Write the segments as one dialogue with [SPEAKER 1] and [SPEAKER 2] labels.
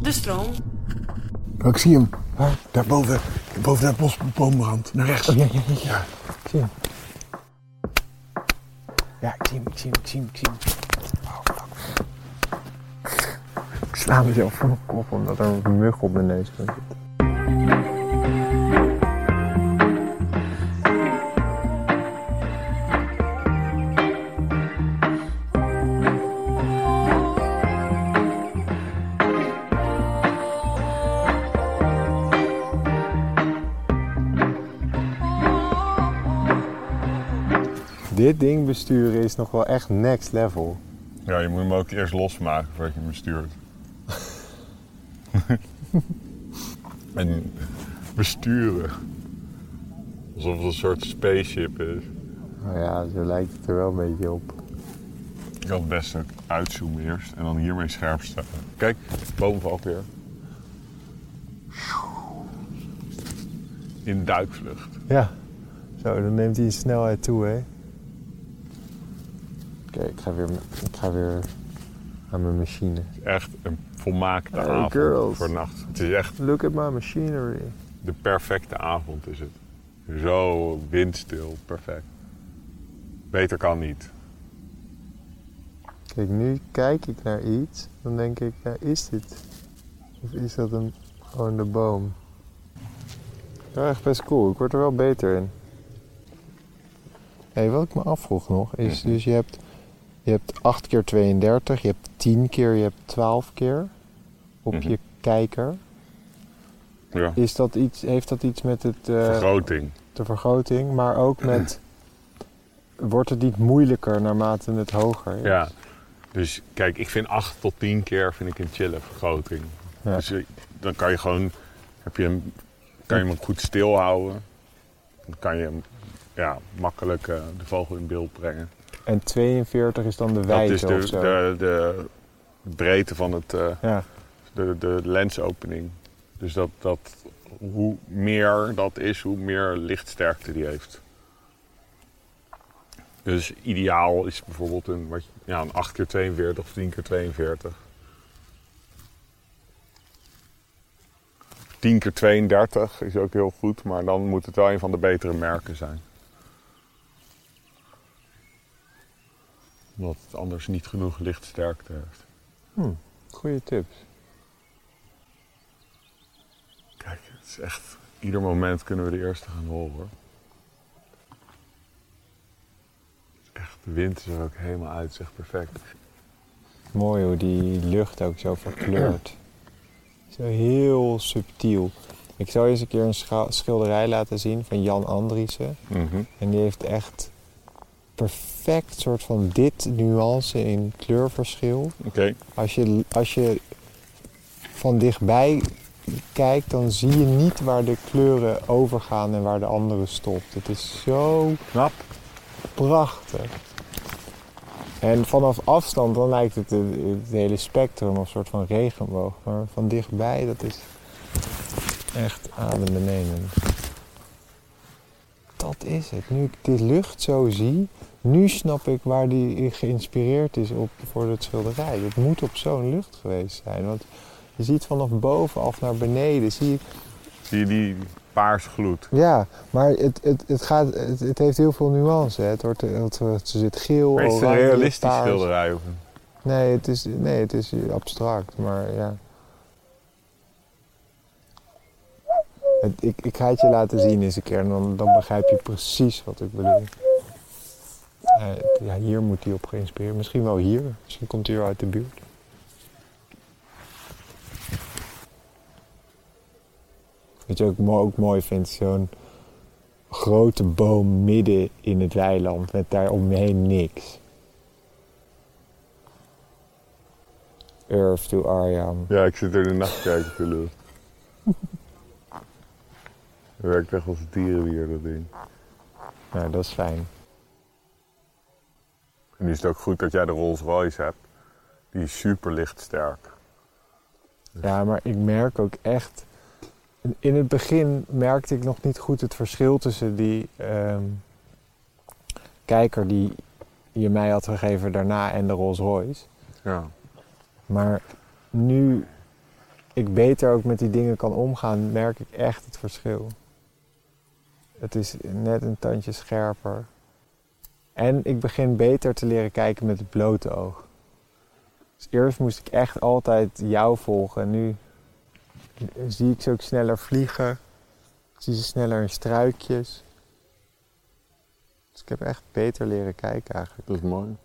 [SPEAKER 1] De stroom.
[SPEAKER 2] Nou,
[SPEAKER 3] Oh, ik zie hem. Daarboven, boven dat bos, boomrand, naar rechts.
[SPEAKER 4] Ja, ja, ja. ja. Ik zie hem. Ja, ik zie hem, ik zie hem, ik zie hem, ik zie hem. Oh, fuck. Ik sla mezelf voor mijn kop omdat er een mug op mijn neus zit. Dit ding besturen is nog wel echt next level.
[SPEAKER 2] Ja, je moet hem ook eerst losmaken voordat je hem stuurt. en besturen. Alsof het een soort spaceship is.
[SPEAKER 4] Nou ja, zo lijkt het er wel een beetje op.
[SPEAKER 2] Ik had best ook uitzoomen eerst en dan hiermee scherp staan. Kijk, de boom valt weer. In duikvlucht.
[SPEAKER 4] Ja. Zo, dan neemt hij een snelheid toe, hè. Oké, ik ga weer, ik ga weer aan mijn machine.
[SPEAKER 2] Echt een volmaakte
[SPEAKER 4] Hey,
[SPEAKER 2] avond
[SPEAKER 4] girls.
[SPEAKER 2] voor nacht. Het is echt
[SPEAKER 4] Look at my machinery.
[SPEAKER 2] de perfecte avond is het. Zo windstil, perfect. Beter kan niet.
[SPEAKER 4] Kijk, nu kijk ik naar iets, dan denk ik, ja, is dit? Of is dat een, gewoon de boom? Ja, echt best cool. Ik word er wel beter in. Hé, wat ik me afvroeg nog, is dus je hebt, je hebt 8 keer 32, je hebt 10 keer, je hebt 12 keer op
[SPEAKER 2] Mhm.
[SPEAKER 4] je kijker.
[SPEAKER 2] Ja.
[SPEAKER 4] Is dat iets, heeft dat iets met het, eh,
[SPEAKER 2] Vergroting.
[SPEAKER 4] de vergroting, maar ook met, wordt het niet moeilijker naarmate het hoger is?
[SPEAKER 2] Ja. Dus kijk, ik vind 8 tot 10 keer vind ik een chille vergroting.
[SPEAKER 4] Ja.
[SPEAKER 2] Dus eh, dan kan je gewoon, heb je hem, kan je hem goed stilhouden. Dan kan je hem ja, makkelijk eh, de vogel in beeld brengen.
[SPEAKER 4] En 42 is dan de
[SPEAKER 2] Dat
[SPEAKER 4] wijdte
[SPEAKER 2] is
[SPEAKER 4] of
[SPEAKER 2] de,
[SPEAKER 4] zo.
[SPEAKER 2] de, de breedte van het, eh,
[SPEAKER 4] Ja,
[SPEAKER 2] de, de lensopening. Dus dat, dat, hoe meer dat is, hoe meer lichtsterkte die heeft. Dus ideaal is bijvoorbeeld een, wat je- ja, een 8x42 of 10x42. 10x32 is ook heel goed, maar dan moet het wel een van de betere merken zijn. Omdat het anders niet genoeg lichtsterkte heeft.
[SPEAKER 4] goede tips.
[SPEAKER 2] Kijk, het is echt. Ieder moment kunnen we de eerste gaan horen. hoor. Echt, de wind is er ook helemaal uit, zeg perfect.
[SPEAKER 4] Mooi hoe die lucht ook zo verkleurt. Zo heel subtiel. Ik zou eens een keer een scha- schilderij laten zien van Jan Andriessen.
[SPEAKER 2] Mhm,
[SPEAKER 4] En die heeft echt perfect soort van dit nuance in kleurverschil.
[SPEAKER 2] Oké.
[SPEAKER 4] Als je, als je van dichtbij kijkt, dan zie je niet waar de kleuren overgaan en waar de andere stopt. Het is zo
[SPEAKER 2] Knap.
[SPEAKER 4] prachtig. En vanaf afstand dan lijkt het eh, het hele spectrum of soort van regenboog. Maar van dichtbij, dat is echt adembenemend. Dat is het. Nu ik die lucht zo zie, nu snap ik waar die geïnspireerd is op voor het schilderij. Dat moet op zo'n lucht geweest zijn. Want je ziet vanaf bovenaf naar beneden, zie je
[SPEAKER 2] Zie je die paars gloed?
[SPEAKER 4] ja, maar het, het, het, gaat, het, het heeft heel veel nuance. hè. Het wordt, eh, het, het zit geel,
[SPEAKER 2] Maar is het een
[SPEAKER 4] oranje,
[SPEAKER 2] realistisch
[SPEAKER 4] paars.
[SPEAKER 2] schilderij? Of een...
[SPEAKER 4] Nee het, is, nee, het is abstract, maar ja. Het, ik, ik ga het je laten zien eens een keer en dan, dan begrijp je precies wat ik bedoel. Ja, het- ja, hier moet hij op geïnspireerd. Misschien wel hier. Misschien komt hij wel uit de buurt. Wat je ook, mo- ook mooi vindt, zo'n grote boom midden in het weiland met daar omheen niks. Earth to Arjan.
[SPEAKER 2] Ja, ik zit er de nacht kijken te lucht. Het werkt echt als een dierenwier, dat ding.
[SPEAKER 4] Nou, dat is fijn.
[SPEAKER 2] En nu is het ook goed dat jij de Rolls Royce hebt. Die is super lichtsterk.
[SPEAKER 4] Ja, maar ik merk ook echt. In het begin merkte ik nog niet goed het verschil tussen die ehm, kijker die je mij had gegeven daarna en de Rolls Royce.
[SPEAKER 2] Ja.
[SPEAKER 4] Maar nu ik beter ook met die dingen kan omgaan, merk ik echt het verschil. Het is net een tandje scherper. En ik begin beter te leren kijken met het blote oog. Dus eerst moest ik echt altijd jou volgen. En nu zie ik ze ook sneller vliegen. Ik zie ze sneller in struikjes. Dus ik heb echt beter leren kijken eigenlijk.
[SPEAKER 2] Dat is mooi.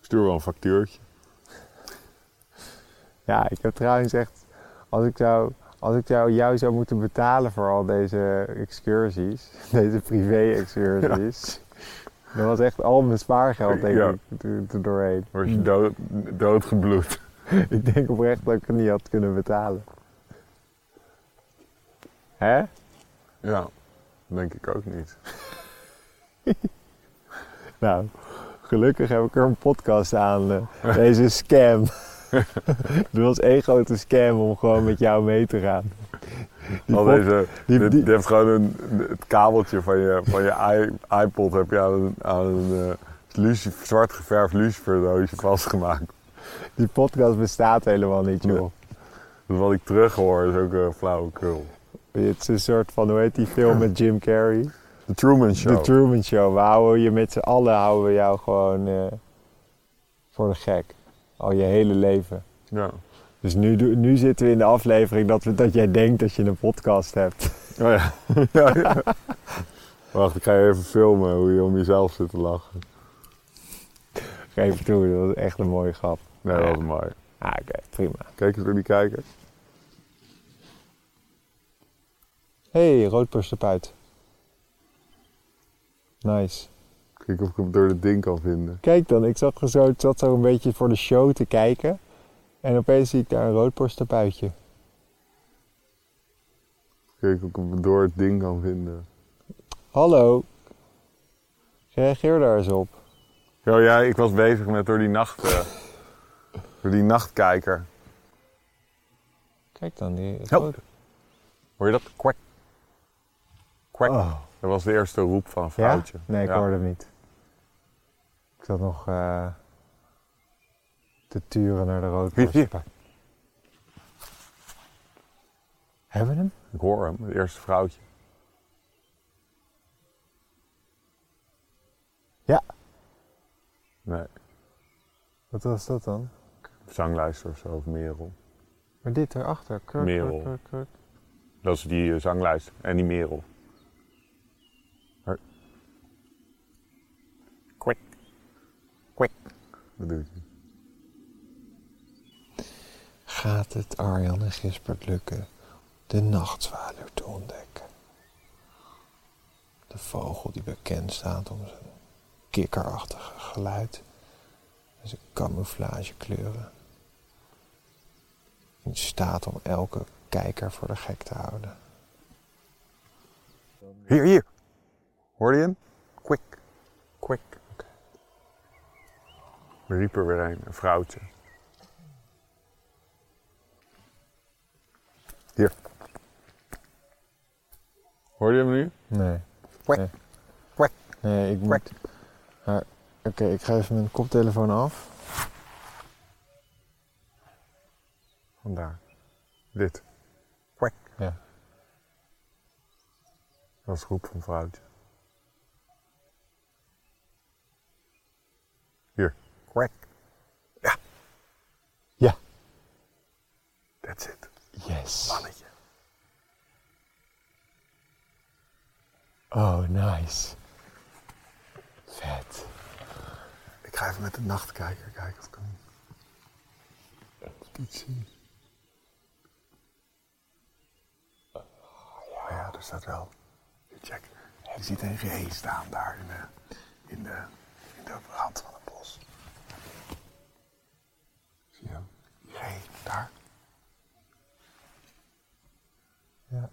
[SPEAKER 2] Stuur wel een factuurtje.
[SPEAKER 4] Ja, ik heb trouwens echt, als ik zou, als ik zou jou zou moeten betalen voor al deze excursies, deze privé-excursies, dan was echt al mijn spaargeld denk
[SPEAKER 2] Ja.
[SPEAKER 4] ik er- er doorheen.
[SPEAKER 2] Word je dood, doodgebloed.
[SPEAKER 4] Ik denk oprecht dat ik het niet had kunnen betalen. Hè?
[SPEAKER 2] Ja, denk ik ook niet.
[SPEAKER 4] Nou, gelukkig heb ik er een podcast aan. eh, Deze scam. Het was één grote scam om gewoon met jou mee te gaan. Die
[SPEAKER 2] Al
[SPEAKER 4] pod-
[SPEAKER 2] deze,
[SPEAKER 4] die-
[SPEAKER 2] dit,
[SPEAKER 4] die-
[SPEAKER 2] dit heeft gewoon een, het kabeltje van je, van je i- iPod heb je aan een, aan een eh, lucif- zwart geverfd luciferdoosje vastgemaakt.
[SPEAKER 4] Die podcast bestaat helemaal niet, joh.
[SPEAKER 2] Dus wat ik terughoor is ook een flauwekul.
[SPEAKER 4] Het is een soort van, hoe heet die film met Jim Carrey?
[SPEAKER 2] De Truman Show.
[SPEAKER 4] The Truman Show. We houden je met z'n allen, houden we jou gewoon eh, voor de gek. Al je hele leven.
[SPEAKER 2] ja.
[SPEAKER 4] Dus nu, doe- nu zitten we in de aflevering dat, we, dat jij denkt dat je een podcast hebt.
[SPEAKER 2] Oh ja. ja, ja. Wacht, ik ga je even filmen hoe je om jezelf zit te lachen.
[SPEAKER 4] Geef toe, dat was echt een mooie grap.
[SPEAKER 2] Nee, dat is mooi.
[SPEAKER 4] Ah, oké, prima.
[SPEAKER 2] Kijk eens door die kijker.
[SPEAKER 4] Hé, hey, roodborstenpuit. Nice.
[SPEAKER 2] Kijk of ik hem door het ding kan vinden.
[SPEAKER 4] Kijk dan, ik zat, zo, ik zat zo een beetje voor de show te kijken. En opeens zie ik daar een roodborstenpuitje.
[SPEAKER 2] Kijk of ik hem door het ding kan vinden.
[SPEAKER 4] Hallo. Reageer daar eens op.
[SPEAKER 2] Oh ja, ik was bezig met door die nacht. eh, door die nachtkijker.
[SPEAKER 4] Kijk dan. Die, het
[SPEAKER 2] Oh.
[SPEAKER 4] rood-
[SPEAKER 2] Hoor je dat? Kwek. Kwek.
[SPEAKER 4] Oh.
[SPEAKER 2] Dat was de eerste roep van een
[SPEAKER 4] Ja?
[SPEAKER 2] vrouwtje.
[SPEAKER 4] Nee, ik
[SPEAKER 2] Ja.
[SPEAKER 4] hoorde hem niet. Ik zat nog eh, te turen naar de roodborstenpuit. Hebben we hem?
[SPEAKER 2] Ik hoor hem, het eerste vrouwtje.
[SPEAKER 4] Ja.
[SPEAKER 2] Nee,
[SPEAKER 4] Wat was dat dan?
[SPEAKER 2] zanglijster of zo, of Merel.
[SPEAKER 4] Maar dit erachter. Kruk,
[SPEAKER 2] Merel.
[SPEAKER 4] kruk, kruk, kruk.
[SPEAKER 2] Dat is die eh, zanglijster en die Merel. Maar- Kwek. Kwek. Dat doet hij.
[SPEAKER 4] Gaat het Arjan en Gispert lukken de nachtzwaluw te ontdekken? De vogel die bekend staat om zijn kikkerachtige geluid en zijn camouflagekleuren. In staat om elke kijker voor de gek te houden.
[SPEAKER 2] Hier, hier. Hoorde je hem? Kwik. Kwik. Er riep er weer een, een vrouwtje. Hier. Hoorde je hem nu?
[SPEAKER 4] Nee.
[SPEAKER 2] Kwek,
[SPEAKER 4] Nee.
[SPEAKER 2] kwek,
[SPEAKER 4] Nee, ik moet...
[SPEAKER 2] kwek.
[SPEAKER 4] Ah, Oké, ik ga even mijn koptelefoon af.
[SPEAKER 2] Vandaar. Dit. Kwek.
[SPEAKER 4] Ja.
[SPEAKER 2] Dat is roep van vrouwtje. Hier. Kwek. Ja,
[SPEAKER 4] Ja.
[SPEAKER 2] that's it.
[SPEAKER 4] Yes.
[SPEAKER 2] Mannetje.
[SPEAKER 4] Oh, nice. Vet.
[SPEAKER 2] Ik ga even met de nachtkijker kijken of ik hem... Of ik iets zie. Oh ja, er staat wel. Check. Je ziet een ree staan daar in de, in de, in de rand van het bos. Zie je hem? Ree, daar.
[SPEAKER 4] Ja.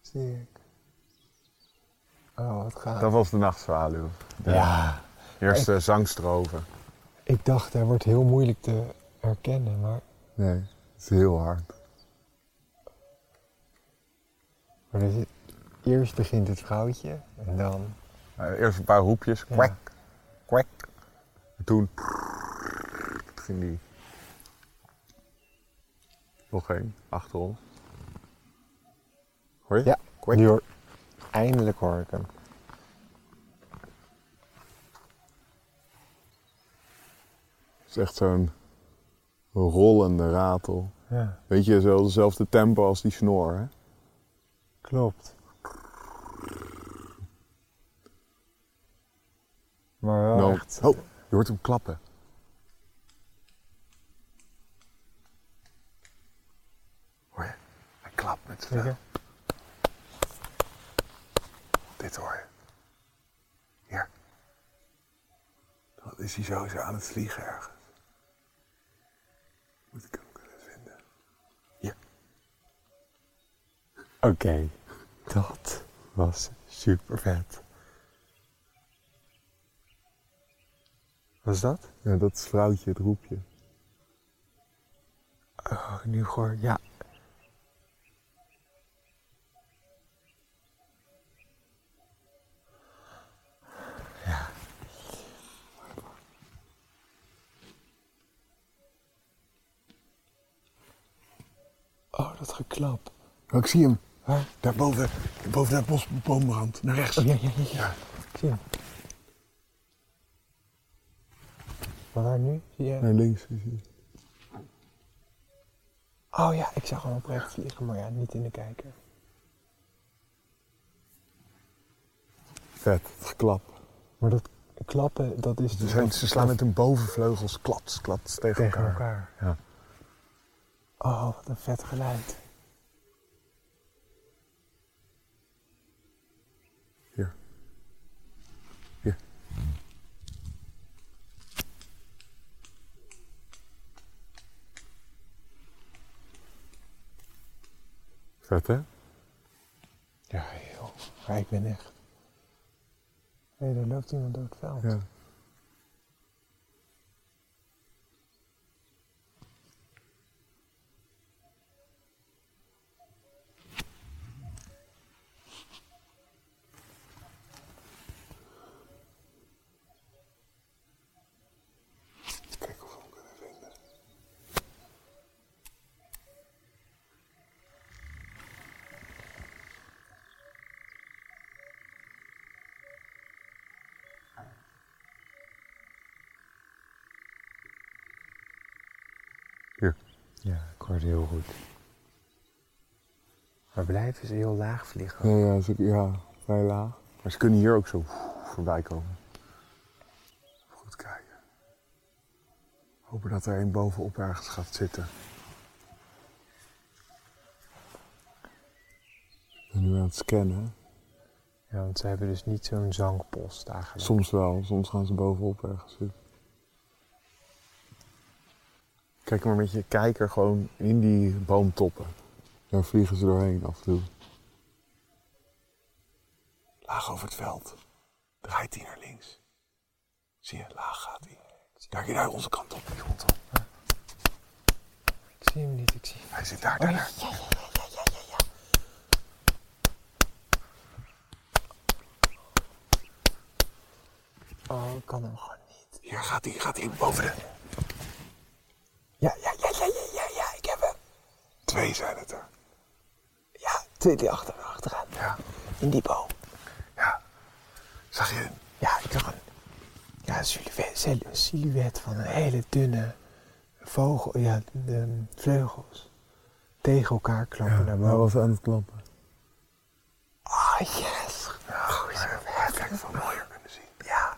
[SPEAKER 4] Zie ik. Oh, wat gaaf.
[SPEAKER 2] Dat was de nachtzwaluw. De
[SPEAKER 4] Ja.
[SPEAKER 2] eerste zangstroven.
[SPEAKER 4] Ik dacht, hij wordt heel moeilijk te herkennen, maar,
[SPEAKER 2] Nee, het is heel hard.
[SPEAKER 4] maar er zit- eerst begint het vrouwtje en dan...
[SPEAKER 2] Eh, Eerst een paar hoepjes. Kwek, kwek. En toen ging die Nog één, achter ons. Hoor je?
[SPEAKER 4] Ja, nu hoor. Eindelijk hoor ik hem.
[SPEAKER 2] Het is echt zo'n rollende ratel.
[SPEAKER 4] Ja,
[SPEAKER 2] Weet je, zo dezelfde tempo als die snor, hè?
[SPEAKER 4] klopt. Maar wel
[SPEAKER 2] Dan-
[SPEAKER 4] echt...
[SPEAKER 2] Oh, je hoort hem klappen. Hoor je? Hij klapt met zijn
[SPEAKER 4] Zeker.
[SPEAKER 2] Dit hoor je. Hier. Dan is hij zo zo aan het vliegen ergens. Moet ik hem kunnen vinden. Hier.
[SPEAKER 4] Oké, dat was super vet. Wat is dat?
[SPEAKER 2] Ja, dat is vrouwtje, het roepje.
[SPEAKER 4] Oh, nu hoor, ja. Ja. Oh, dat geklap.
[SPEAKER 3] Oh, ik zie hem. Daar boven, boven dat bos, boomrand. Naar rechts.
[SPEAKER 4] Ja, ja, ja. ja. Ik zie hem. Waar nu? Zie je?
[SPEAKER 2] Naar links.
[SPEAKER 4] Oh ja, ik zag hem oprecht liggen, maar ja, niet in de kijker.
[SPEAKER 2] Vet, het geklap.
[SPEAKER 4] Maar dat klappen, dat is
[SPEAKER 2] Ze,
[SPEAKER 4] dus
[SPEAKER 2] zijn, ze slaan met hun bovenvleugels klats, klats tegen,
[SPEAKER 4] tegen
[SPEAKER 2] elkaar.
[SPEAKER 4] elkaar.
[SPEAKER 2] Ja.
[SPEAKER 4] Oh, wat een vet geluid.
[SPEAKER 2] Hier. Hier. Vet, hè?
[SPEAKER 4] Ja, joh. Maar ik ben echt... Hé, hey, daar loopt iemand door het veld.
[SPEAKER 2] Ja. Kijk of we hem kunnen vinden. Hier.
[SPEAKER 4] Ja, ik hoorde heel goed. Maar blijven ze heel laag vliegen.
[SPEAKER 2] Ja, ja, ze, ja, vrij laag. Maar ze kunnen hier ook zo voorbij komen. Even Goed kijken. Hopen dat er een bovenop ergens gaat zitten. Ik ben nu aan het scannen.
[SPEAKER 4] Ja, want ze hebben dus niet zo'n zangpost eigenlijk.
[SPEAKER 2] Soms wel, soms gaan ze bovenop ergens zitten. Kijk maar met je kijker gewoon in die boomtoppen. Daar vliegen ze doorheen af en toe.
[SPEAKER 3] Laag over het veld. Draait hij naar links. Zie je, laag gaat hij. Kijk je daar onze kant op. die kant op.
[SPEAKER 4] Ik zie hem niet, ik zie
[SPEAKER 3] Hij zit daar, daar, daar.
[SPEAKER 4] Oh, ik kan hem gewoon niet.
[SPEAKER 3] Hier gaat hij, gaat hij boven de...
[SPEAKER 4] Ja, ja, ja, ja, ja, ja, ja, ik heb hem.
[SPEAKER 3] Twee zijn het er.
[SPEAKER 4] Ja, twee die achter, achteraan.
[SPEAKER 3] Ja,
[SPEAKER 4] In die boom.
[SPEAKER 3] ja. Zag je?
[SPEAKER 4] Ja, ik zag een ja, een silhouet, sil- een silhouet van een hele dunne vogel. Ja, de vleugels. Tegen elkaar klappen naar boven.
[SPEAKER 2] aan het klappen.
[SPEAKER 4] Ah, yes! Goed,
[SPEAKER 3] Kijk, van mooier kunnen zien.
[SPEAKER 4] ja.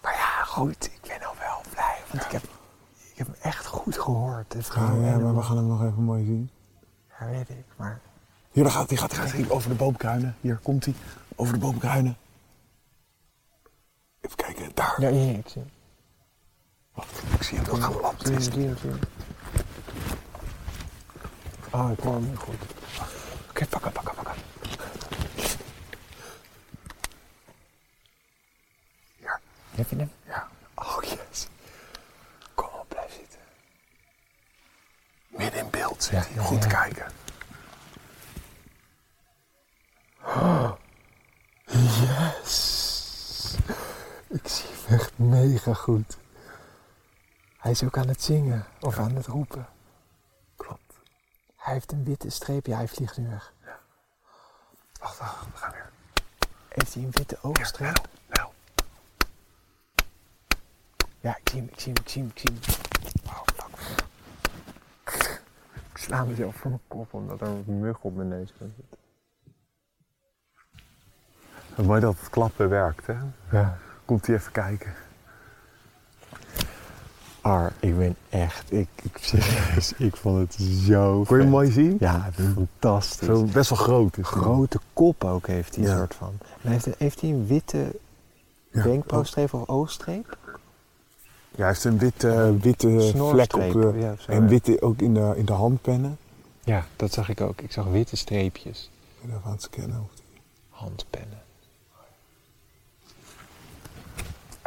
[SPEAKER 4] Maar ja, goed, ik ben al wel blij. Want ik, heb, ik heb hem echt goed gehoord. Het
[SPEAKER 2] Eh,
[SPEAKER 4] ging helemaal-
[SPEAKER 2] gaan hem nog even mooi zien.
[SPEAKER 4] Ja, weet ik, maar...
[SPEAKER 3] Hier, daar gaat hij, gaat hij, gaat hij. Over de boomkruinen. Hier komt hij. Over de boomkruinen. Even kijken, daar.
[SPEAKER 4] Ja, hier, ik zie hem.
[SPEAKER 3] Wacht, ik zie hem. Dat gaan we
[SPEAKER 4] Zie hem,
[SPEAKER 3] lamptesten.
[SPEAKER 4] zie hem, zie hem. Oh, ik hoor hem nu goed.
[SPEAKER 3] Oké, pak hem, pak hem, pak hem. Hier,
[SPEAKER 4] Heb je hem?
[SPEAKER 3] ja.
[SPEAKER 4] Oh, yes. Kom op, blijf zitten.
[SPEAKER 3] Midden in beeld zit
[SPEAKER 4] Ja,
[SPEAKER 3] hij.
[SPEAKER 4] ja,
[SPEAKER 3] Goed
[SPEAKER 4] ja.
[SPEAKER 3] kijken.
[SPEAKER 4] Ik zie hem echt mega goed. Hij is ook aan het zingen of aan het roepen. Hij heeft een witte streep. Ja, hij vliegt nu weg.
[SPEAKER 3] Wacht, wacht, we gaan weer.
[SPEAKER 4] Heeft hij een witte oogstreep?
[SPEAKER 2] Nou.
[SPEAKER 3] Lel,
[SPEAKER 4] Ja, ik zie hem, ik zie hem, ik zie hem, ik zie hem. Oh, fuck. Ik sla mezelf voor mijn kop omdat er een mug op mijn neus zit.
[SPEAKER 2] Wat mooi dat het klappen werkt, hè?
[SPEAKER 4] Ja.
[SPEAKER 2] Komt hij even kijken.
[SPEAKER 4] Ar, ik ben echt, ik, ik, serieus, ik vond het zo
[SPEAKER 2] Kon je hem
[SPEAKER 4] vet.
[SPEAKER 2] mooi zien?
[SPEAKER 4] Ja, het is fantastisch.
[SPEAKER 2] Zo best wel groot is hij.
[SPEAKER 4] grote kop ook heeft hij een
[SPEAKER 2] Ja.
[SPEAKER 4] soort van. En heeft, heeft hij een witte
[SPEAKER 2] Ja.
[SPEAKER 4] wenkbrauwstreep of oogstreep?
[SPEAKER 2] Ja, hij heeft een witte, witte vlek op
[SPEAKER 4] Snorstreep,
[SPEAKER 2] de...
[SPEAKER 4] ja, zo,
[SPEAKER 2] en
[SPEAKER 4] ja.
[SPEAKER 2] witte ook in de, in de handpennen.
[SPEAKER 4] Ja, dat zag ik ook. Ik zag witte streepjes.
[SPEAKER 2] Even aan het scannen. of die-
[SPEAKER 4] Handpennen.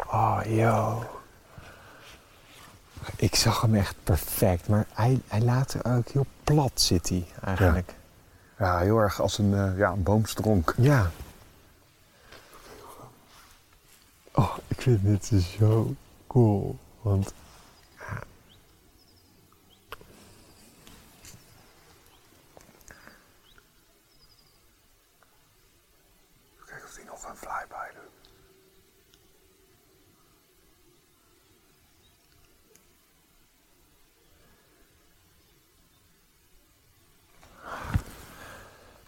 [SPEAKER 4] Oh, yo. Ik zag hem echt perfect, maar hij, hij laat er ook heel plat zit hij eigenlijk.
[SPEAKER 2] Ja, heel erg als een, eh, ja, een boomstronk.
[SPEAKER 4] Ja. Oh, ik vind dit zo cool, want...
[SPEAKER 3] kijken of hij nog een flyby doet.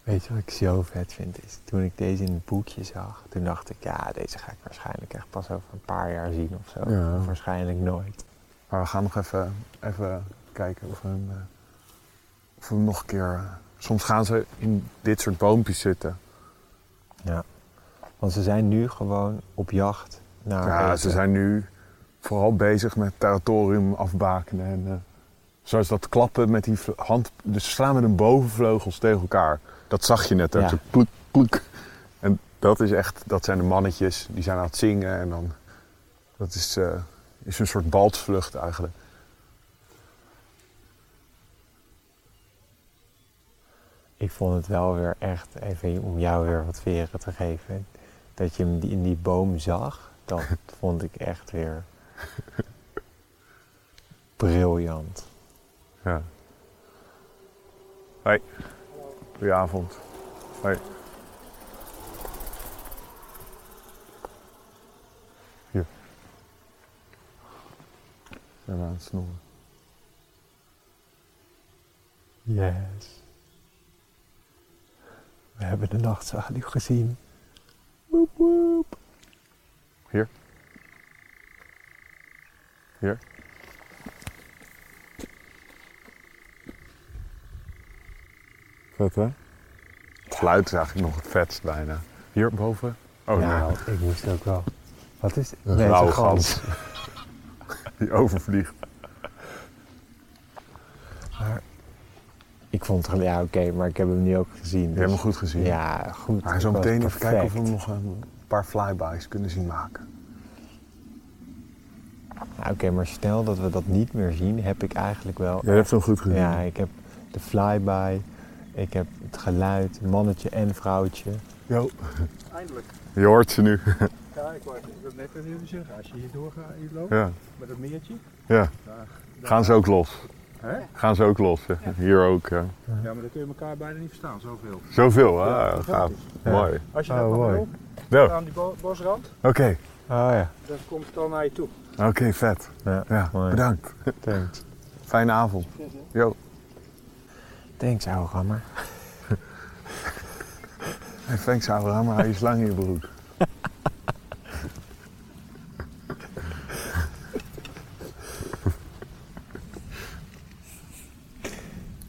[SPEAKER 4] Weet je wat ik zo vet vind? Is toen ik deze in het boekje zag, toen dacht ik, ja, deze ga ik waarschijnlijk echt pas over een paar jaar zien of zo.
[SPEAKER 2] Ja.
[SPEAKER 4] Of waarschijnlijk nooit.
[SPEAKER 2] Maar we gaan nog even, even eh, kijken of we, hem, eh, of we hem nog een keer... eh, soms gaan ze in dit soort boompjes zitten.
[SPEAKER 4] Ja. Want ze zijn nu gewoon op jacht naar.
[SPEAKER 2] ja,
[SPEAKER 4] eten.
[SPEAKER 2] ze zijn nu vooral bezig met territorium afbakenen. En, eh, zoals dat klappen met die vl- hand... Dus ze slaan met hun bovenvleugels tegen elkaar. Dat zag je net. ook,
[SPEAKER 4] Ja.
[SPEAKER 2] zo ploek, ploek. En dat is echt... Dat zijn de mannetjes. Die zijn aan het zingen. En dan... Dat is, eh, is een soort baltsvlucht eigenlijk.
[SPEAKER 4] Ik vond het wel weer echt, even om jou weer wat veren te geven, dat je hem die- in die boom zag, dat vond ik echt weer briljant.
[SPEAKER 2] Ja. Hoi. Goedenavond. Hoi. Hier. Ik ben aan het snoeren.
[SPEAKER 4] Yes. We hebben de nachtzwaluw gezien.
[SPEAKER 2] Hier. Hier. Vet, hè? Het geluid is eigenlijk nog het vetst bijna. Hier boven. Oh,
[SPEAKER 4] ja,
[SPEAKER 2] nee.
[SPEAKER 4] want ik moest ook wel. Wat is dit?
[SPEAKER 2] Een
[SPEAKER 4] Nee, het is
[SPEAKER 2] blauwe
[SPEAKER 4] een gans.
[SPEAKER 2] Die overvliegt.
[SPEAKER 4] Maar ik vond het, ja oké, maar ik heb hem nu ook gezien.
[SPEAKER 2] Je hebt hem goed gezien.
[SPEAKER 4] Ja, goed.
[SPEAKER 2] Maar
[SPEAKER 4] het
[SPEAKER 2] zo
[SPEAKER 4] was
[SPEAKER 2] meteen even kijken of we
[SPEAKER 4] perfect.
[SPEAKER 2] hem nog een paar flybys kunnen zien maken.
[SPEAKER 4] Ja, Oké, maar stel dat we dat niet meer zien, heb ik eigenlijk wel...
[SPEAKER 2] Jij hebt hem goed gezien.
[SPEAKER 4] Ja, ik heb de flyby, ik heb het geluid, mannetje en vrouwtje.
[SPEAKER 2] Jo.
[SPEAKER 5] Eindelijk. Oh.
[SPEAKER 2] Je hoort ze nu.
[SPEAKER 5] Ja, ik wou ik wil net wat willen zeggen. Als je hier doorgaat, hier loopt,
[SPEAKER 2] ja.
[SPEAKER 5] met dat meertje.
[SPEAKER 2] ja.
[SPEAKER 5] daar-
[SPEAKER 2] Gaan ze ook los.
[SPEAKER 5] Hè?
[SPEAKER 2] Gaan ze ook los. hè? Hier ook. hè.
[SPEAKER 5] Ja, maar dan kun je elkaar bijna niet verstaan, zoveel.
[SPEAKER 2] Zoveel, hè?
[SPEAKER 5] Ja, dat
[SPEAKER 2] gaaf.
[SPEAKER 5] is.
[SPEAKER 2] Mooi.
[SPEAKER 5] Als je
[SPEAKER 4] Oh,
[SPEAKER 5] dat nog
[SPEAKER 4] mooi.
[SPEAKER 5] wil,
[SPEAKER 2] Nou,
[SPEAKER 5] aan die bo- bosrand,
[SPEAKER 2] oké.
[SPEAKER 4] Oh ja,
[SPEAKER 5] dan komt het al naar je toe.
[SPEAKER 2] Oké, vet.
[SPEAKER 4] ja,
[SPEAKER 2] Ja,
[SPEAKER 4] mooi.
[SPEAKER 2] bedankt.
[SPEAKER 4] Thanks.
[SPEAKER 2] Fijne avond. Jo.
[SPEAKER 4] Thanks, ouwe rammer.
[SPEAKER 2] Hey, thanks, Abraham. Hij is lang in je broek.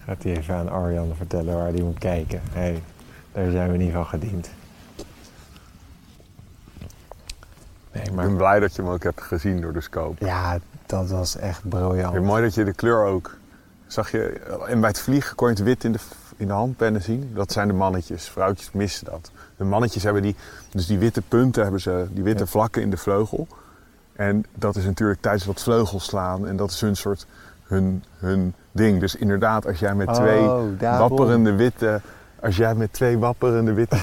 [SPEAKER 4] Gaat hij even aan Arjan vertellen waar hij moet kijken. Hé, hey, daar zijn we niet van gediend. Nee,
[SPEAKER 2] Ik
[SPEAKER 4] maar
[SPEAKER 2] ben blij dat je hem ook hebt gezien door de scope.
[SPEAKER 4] ja, dat was echt
[SPEAKER 2] Ja,
[SPEAKER 4] briljant.
[SPEAKER 2] mooi dat je de kleur ook. Zag je, en bij het vliegen kon je het wit in de, in de handpennen zien. Dat zijn de mannetjes. Vrouwtjes missen dat. De mannetjes hebben die, dus die witte punten hebben ze, die witte
[SPEAKER 4] Ja.
[SPEAKER 2] vlakken in de vleugel. En dat is natuurlijk tijdens dat vleugelslaan. En dat is hun soort, hun, hun ding. Dus inderdaad, als jij met
[SPEAKER 4] Oh,
[SPEAKER 2] twee
[SPEAKER 4] daarom.
[SPEAKER 2] wapperende witte, als jij met twee wapperende witte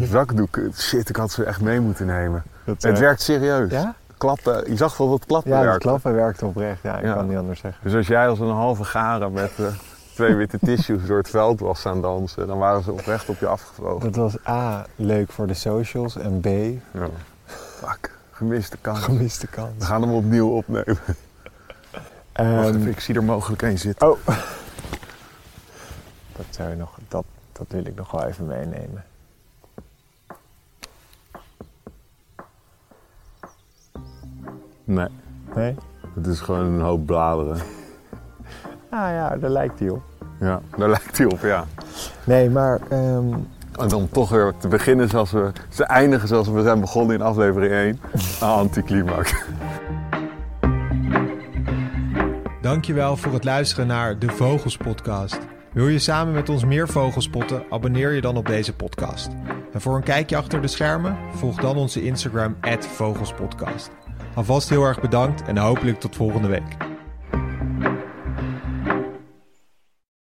[SPEAKER 2] zakdoeken, shit, ik had ze echt mee moeten nemen.
[SPEAKER 4] Dat,
[SPEAKER 2] Het
[SPEAKER 4] eh,
[SPEAKER 2] werkt serieus.
[SPEAKER 4] Ja?
[SPEAKER 2] Klappen, je zag wel dat klappen
[SPEAKER 4] Ja, dat
[SPEAKER 2] werkt.
[SPEAKER 4] klappen werkt oprecht. Ja, ik
[SPEAKER 2] Ja.
[SPEAKER 4] kan niet anders zeggen.
[SPEAKER 2] Dus als jij als een halve garen met, eh, twee witte tissues door het veld was aan dansen, dan waren ze oprecht op je afgevlogen.
[SPEAKER 4] Dat was A, leuk voor de socials en B,
[SPEAKER 2] Ja. Fuck, gemiste kans.
[SPEAKER 4] gemiste
[SPEAKER 2] We
[SPEAKER 4] kans. Ehm,
[SPEAKER 2] gaan hem opnieuw opnemen. Wacht even, ik zie er mogelijk één zitten.
[SPEAKER 4] Oh. Dat, zou je nog, dat, dat wil ik nog wel even meenemen.
[SPEAKER 2] Oh.
[SPEAKER 6] Nee,
[SPEAKER 4] Nee?
[SPEAKER 6] het is gewoon een hoop bladeren.
[SPEAKER 4] Ah ja, daar lijkt hij op.
[SPEAKER 6] Ja, daar lijkt hij op, ja.
[SPEAKER 4] Nee, maar ehm,
[SPEAKER 2] En dan toch weer te beginnen zoals we... Ze eindigen zoals we zijn begonnen in aflevering 1. Een anticlimax.
[SPEAKER 7] Dankjewel voor het luisteren naar de Vogels Podcast. Wil je samen met ons meer vogels spotten? Abonneer je dan op deze podcast. En voor een kijkje achter de schermen, volg dan onze Instagram @vogelspodcast. Alvast heel erg bedankt en hopelijk tot volgende week.